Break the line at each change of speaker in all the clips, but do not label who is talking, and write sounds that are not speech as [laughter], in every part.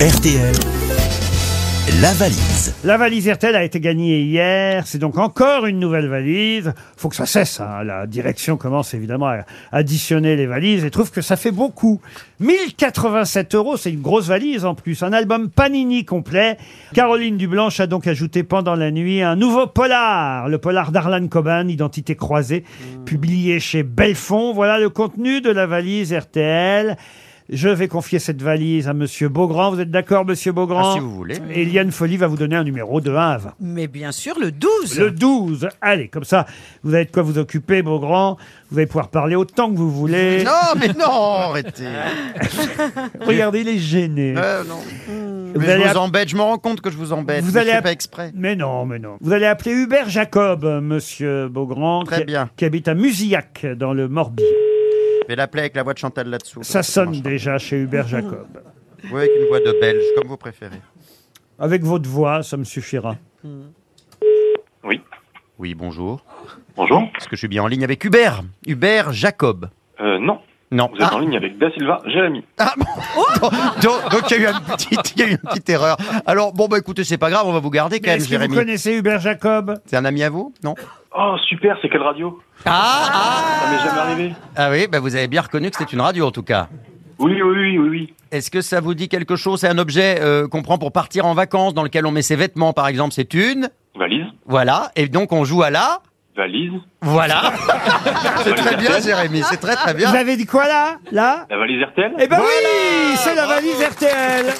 RTL, la valise.
La valise RTL a été gagnée hier, c'est donc encore une nouvelle valise. Faut que ça cesse, hein. la direction commence évidemment à additionner les valises et trouve que ça fait beaucoup. 1087 euros, c'est une grosse valise en plus, un album Panini complet. Caroline Dublanche a donc ajouté pendant la nuit un nouveau polar, le polar d'Arlan Coban, Identité croisée, publié chez Belfond. Voilà le contenu de la valise RTL. Je vais confier cette valise à Monsieur Beaugrand. Vous êtes d'accord, Monsieur Beaugrand
Ah, si vous voulez.
Et Eliane Folly va vous donner un numéro de 1 à 20.
Mais bien sûr, le 12.
Le 12. Allez, comme ça, vous avez de quoi vous occuper, Beaugrand. Vous allez pouvoir parler autant que vous voulez.
Non, mais non, arrêtez.
[laughs] Regardez, il est gêné.
Euh, non.
vous
Mais
allez
je vous
app-
embête, je me rends compte que je vous embête.
Vous
mais
allez
je fais
app-
pas exprès.
Mais non, mais non. Vous allez appeler Hubert Jacob, euh, monsieur Beaugrand,
Très
qui,
bien.
qui habite à Musillac, dans le Morbihan.
Je vais l'appeler avec la voix de Chantal là-dessous.
Ça sonne
marche.
déjà chez Hubert Jacob.
Oui, avec une voix de belge, comme vous préférez.
Avec votre voix, ça me suffira.
Oui,
Oui, bonjour.
bonjour.
Est-ce que je suis bien en ligne avec Hubert Hubert Jacob.
Euh, non,
Non.
vous
Ah.
êtes en ligne avec Da Silva, Jérémy.
Ah, bon. donc, donc, il y, a eu une petite- il y a eu une petite erreur. Alors, bon, bah écoutez, c'est pas grave, on va vous garder quand
Mais
même,
Est-ce que vous
Jérémy.
connaissez Hubert Jacob
C'est un ami à vous Non
Oh, super, c'est quelle radio
ah, ah
Ça m'est jamais arrivé.
Ah oui, bah vous avez bien reconnu que c'était une radio en tout cas.
Oui, oui, oui, oui, oui.
Est-ce que ça vous dit quelque chose C'est un objet euh, qu'on prend pour partir en vacances, dans lequel on met ses vêtements, par exemple. C'est une.
Valise,
Voilà. Et donc, on joue à la.
valise.
[laughs]
Voilà. c'est
valise
très bien,
RTL.
Jérémy. C'est très, très
Vous
bien.
avez dit quoi là Là
La valise RTL
Eh ben oui, c'est la valise RTL.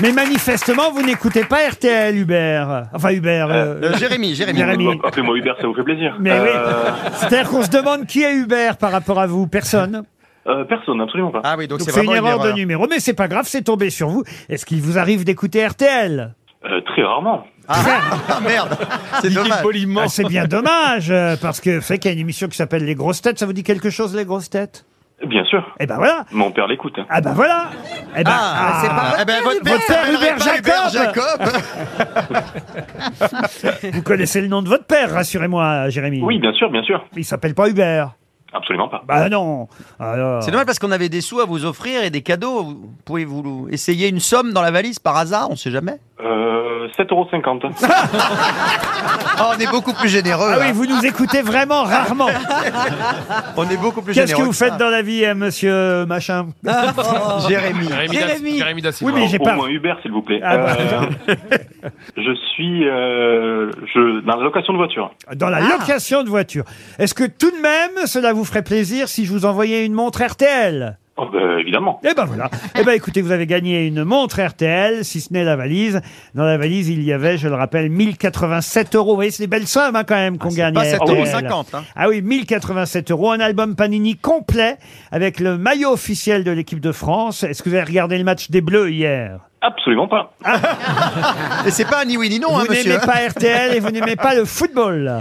Mais manifestement, vous n'écoutez pas RTL, Hubert. Enfin, Hubert. euh,
Euh, Jérémy, Jérémy.
Jérémy.
Bon, Appelez-moi Hubert, ça vous fait plaisir.
Mais
euh,
C'est-à-dire qu'on se demande qui est Hubert par rapport à vous. Personne.
euh, personne, absolument pas.
Ah oui, donc
Donc
c'est
c'est une,
vraiment
erreur de numéro. Mais c'est pas grave, c'est tombé sur vous. Est-ce qu'il vous arrive d'écouter RTL
Euh, très rarement.
Ah
[laughs]
merde. C'est dommage.
Ah, C'est bien dommage, euh, parce que vous savez qu'il y a une émission qui s'appelle Les Grosses Têtes. Ça vous dit quelque chose, Les Grosses Têtes
Bien sûr,
Eh ben voilà.
mon père l'écoute.
Ah ben voilà. Eh ben, ah,
c'est pas
Eh ben, votre
Votre père,
s'appellerait
Hubert
pas
Jacob.
Jacob.
vous connaissez le nom de votre père, rassurez-moi, Jérémy.
Oui, bien sûr, bien sûr.
Il s'appelle pas Hubert.
Absolument pas.
Bah non. Alors.
C'est dommage parce qu'on avait des sous à vous offrir et des cadeaux. Pouvez-vous essayer une somme dans la valise par hasard On sait jamais.
Euh, 7,50€.
Ah, on est beaucoup plus généreux.
Ah oui,
hein.
vous nous écoutez vraiment
[laughs]
rarement.
On est beaucoup plus
Qu'est-ce
généreux.
que vous faites
ça.
dans la vie, euh, monsieur machin
Jérémy
Jérémy,
Jérémy.
Da, Jérémy
Ah,
Da Silva.
Oui, mais j'ai
Au
pas.
moins Hubert, s'il vous plaît.
Ah bah.
Euh,
[laughs]
je suis euh, je, dans la location de voiture.
Dans la
Ah.
location de voiture. Est-ce que tout de même, cela vous ferait plaisir si je vous envoyais une montre RTL
Oh, bah, évidemment.
Eh ben
[laughs]
voilà. Eh ben écoutez, vous avez gagné une montre RTL, si ce n'est la valise. Dans la valise, il y avait, je le rappelle, 1087 euros. Vous voyez, c'est des belles sommes hein, quand même qu'on gagne.
Ah, Pas
à
7,50
RTL.
euros. cinquante, hein.
Ah oui, 1087 euros, un album Panini complet avec le maillot officiel de l'équipe de France. Est-ce que vous avez regardé le match des Bleus hier
Absolument pas.
Et c'est pas un ni oui ni non, hein,
Vous n'aimez
monsieur.
pas RTL et vous n'aimez pas le
[laughs]
football.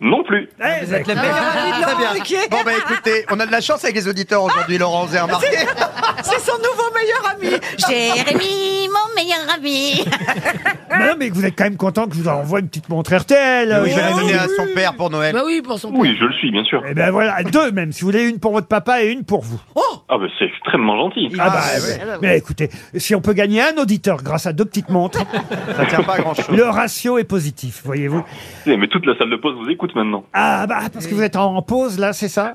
Non plus.
Ah,
Eh,
Vous êtes le meilleur ami de
Très
Laurent
bien.
Ruquier.
Bon, bah écoutez, on a de la chance avec les auditeurs aujourd'hui, Laurent, vous avez remarqué
C'est son nouveau meilleur ami.
Jérémy, mon meilleur ami.
mais Eh, non, mais vous êtes quand même content que je vous envoie une petite montre RTL.
Oui, je vais la
Oh,
donner à
oui.
son père pour Noël.
oui, pour son
Oui, je le suis, bien sûr.
Eh ben voilà, deux même, si vous voulez, une pour votre papa et une pour vous.
Ah bah c'est extrêmement gentil.
Ah, bah, ouais. Mais écoutez, si on peut gagner un auditeur grâce à deux petites montres,
[laughs] Ça tient pas à grand chose.
le ratio est positif, voyez-vous.
Eh, Mais toute la salle de pause vous écoute maintenant.
Ah bah, parce que vous êtes en, en pause là, c'est ça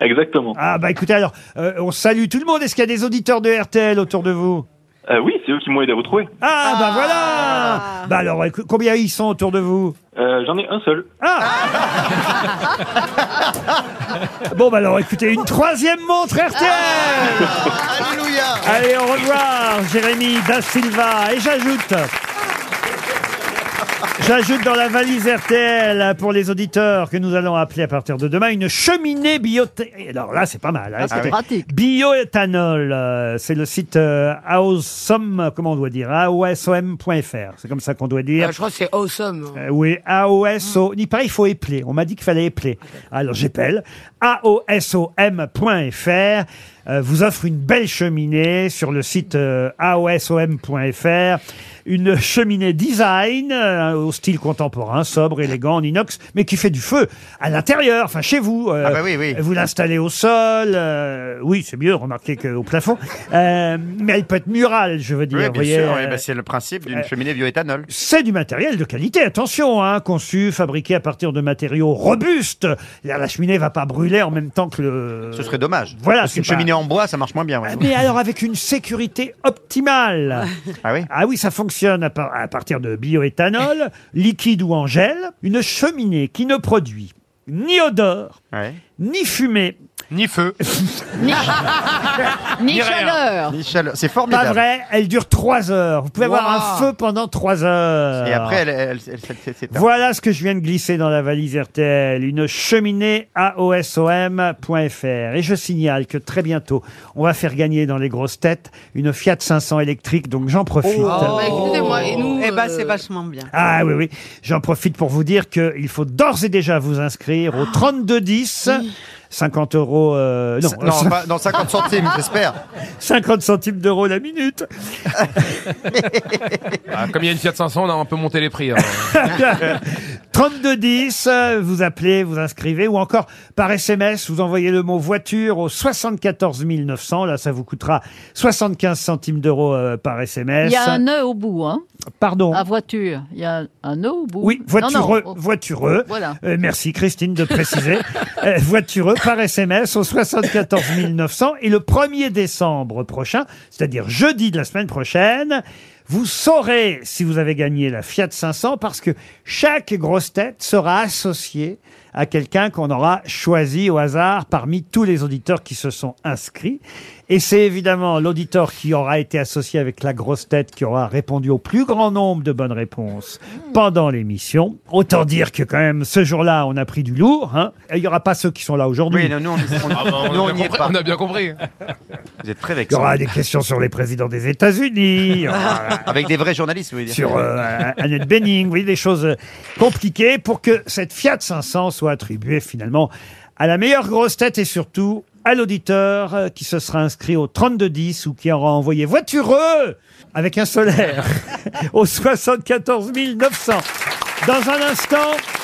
Exactement.
Ah bah écoutez, alors, euh, on salue tout le monde. Est-ce qu'il y a des auditeurs de RTL autour de vous
Euh, oui, c'est eux qui m'ont aidé à vous trouver.
Ah bah voilà Bah alors, écou- combien ils sont autour de vous
Euh, J'en ai un seul.
Ah Bon bah alors, écoutez, une troisième montre RTL
Alléluia
Allez, au revoir, Jérémy Da Silva. Et j'ajoute. J'ajoute dans la valise RTL pour les auditeurs que nous allons appeler à partir de demain une cheminée bio. Alors là, c'est pas mal. hein, écoutez. Bioéthanol, euh, c'est le site euh, AOSOM, comment on doit dire AOSOM.fr, c'est comme ça qu'on doit dire.
Ah, je crois que c'est awesome.
Euh, oui, AOSO. Il paraît il faut épeler. On m'a dit qu'il fallait épeler. Alors j'épelle. AOSOM.fr euh, vous offre une belle cheminée sur le site euh, AOSOM.fr. Une cheminée design euh, au style contemporain, sobre, élégant, en inox, mais qui fait du feu à l'intérieur, enfin chez vous. euh,
Ah bah oui, oui.
Vous l'installez au sol. euh, oui, c'est mieux, remarquez qu'au plafond. Euh, mais elle peut être murale, je veux dire.
Oui, bien
vous voyez,
sûr, oui,
euh,
bah, c'est le principe d'une
euh,
cheminée bioéthanol.
c'est du matériel de qualité, attention, hein, conçu, fabriqué à partir de matériaux robustes. La la cheminée va pas brûler en même temps que le...
Ce serait dommage.
Voilà,
Parce
c'est
qu'une
pas- Ah,
cheminée en bois, ça marche moins bien. ouais.
Mais alors avec une sécurité
[laughs]
optimale.
Ah oui
Ah oui, ça fonctionne à, par- à partir de bioéthanol, liquide ou en gel. Une cheminée qui ne produit ni odeur,
Ouais.
ni fumée.
Ni
[laughs]
feu, [laughs]
Ni chaleur.
ni chaleur. C'est
Pas
formidable.
vrai, elle dure trois heures. Vous pouvez avoir un
Wow.
feu pendant trois heures.
Et après, elle, elle, elle- elle- elle- s'éteint.
Voilà ce que je viens de glisser dans la valise RTL, une cheminée AOSOM.fr. Et je signale que très bientôt, on va faire gagner dans les grosses têtes une Fiat 500 électrique, donc j'en profite.
Oh.
Bah, écoutez-moi, et nous,
Oh. Eh ben,
euh,
c'est vachement bien.
Ah oui, oui. J'en profite pour vous dire qu'il faut d'ores et déjà vous inscrire au 3210. 50 euros, euh, non,
Non, pas- non, 50 centimes, j'espère.
50 centimes d'euros la minute.
Ah, comme il y a une Fiat 500, on a un peu monté les prix. hein.
3210, euh, vous appelez, vous inscrivez, ou encore par SMS, vous envoyez le mot voiture au 74 900. Là, ça vous coûtera 75 centimes d'euros euh, par
Il
SMS.
y a un nœud au bout, hein,
Pardon.
à voiture. Il y a un nœud au bout.
Oui, euh, voitureux,
Non, non,
voitureux.
Voilà.
Euh, merci Christine de
[laughs]
préciser. Euh, voitureux par SMS au 74 900 et le 1er décembre prochain, c'est-à-dire jeudi de la semaine prochaine, vous saurez si vous avez gagné la Fiat 500 parce que chaque grosse tête sera associée à quelqu'un qu'on aura choisi au hasard parmi tous les auditeurs qui se sont inscrits. Et c'est évidemment l'auditeur qui aura été associé avec la grosse tête qui aura répondu au plus grand nombre de bonnes réponses pendant l'émission. Autant dire que quand même ce jour-là, on a pris du lourd. hein. Et Il y aura pas ceux qui sont là aujourd'hui.
Oui, non, nous, on n'y
on, a bien
est
compris-
pas.
on a bien compris.
Vous êtes très
il y
vexants.
aura des questions sur les présidents des États-Unis, il
[laughs]
y aura, euh,
Avec des vrais journalistes, vous voulez dire
sur euh, Annette Benning, oui, des choses euh, compliquées pour que cette Fiat 500 soit attribuée finalement à la meilleure grosse tête et surtout à l'auditeur euh, qui se sera inscrit au 3210 ou qui aura envoyé euh, voitureux [laughs] avec un solaire au 74 900. Dans un instant,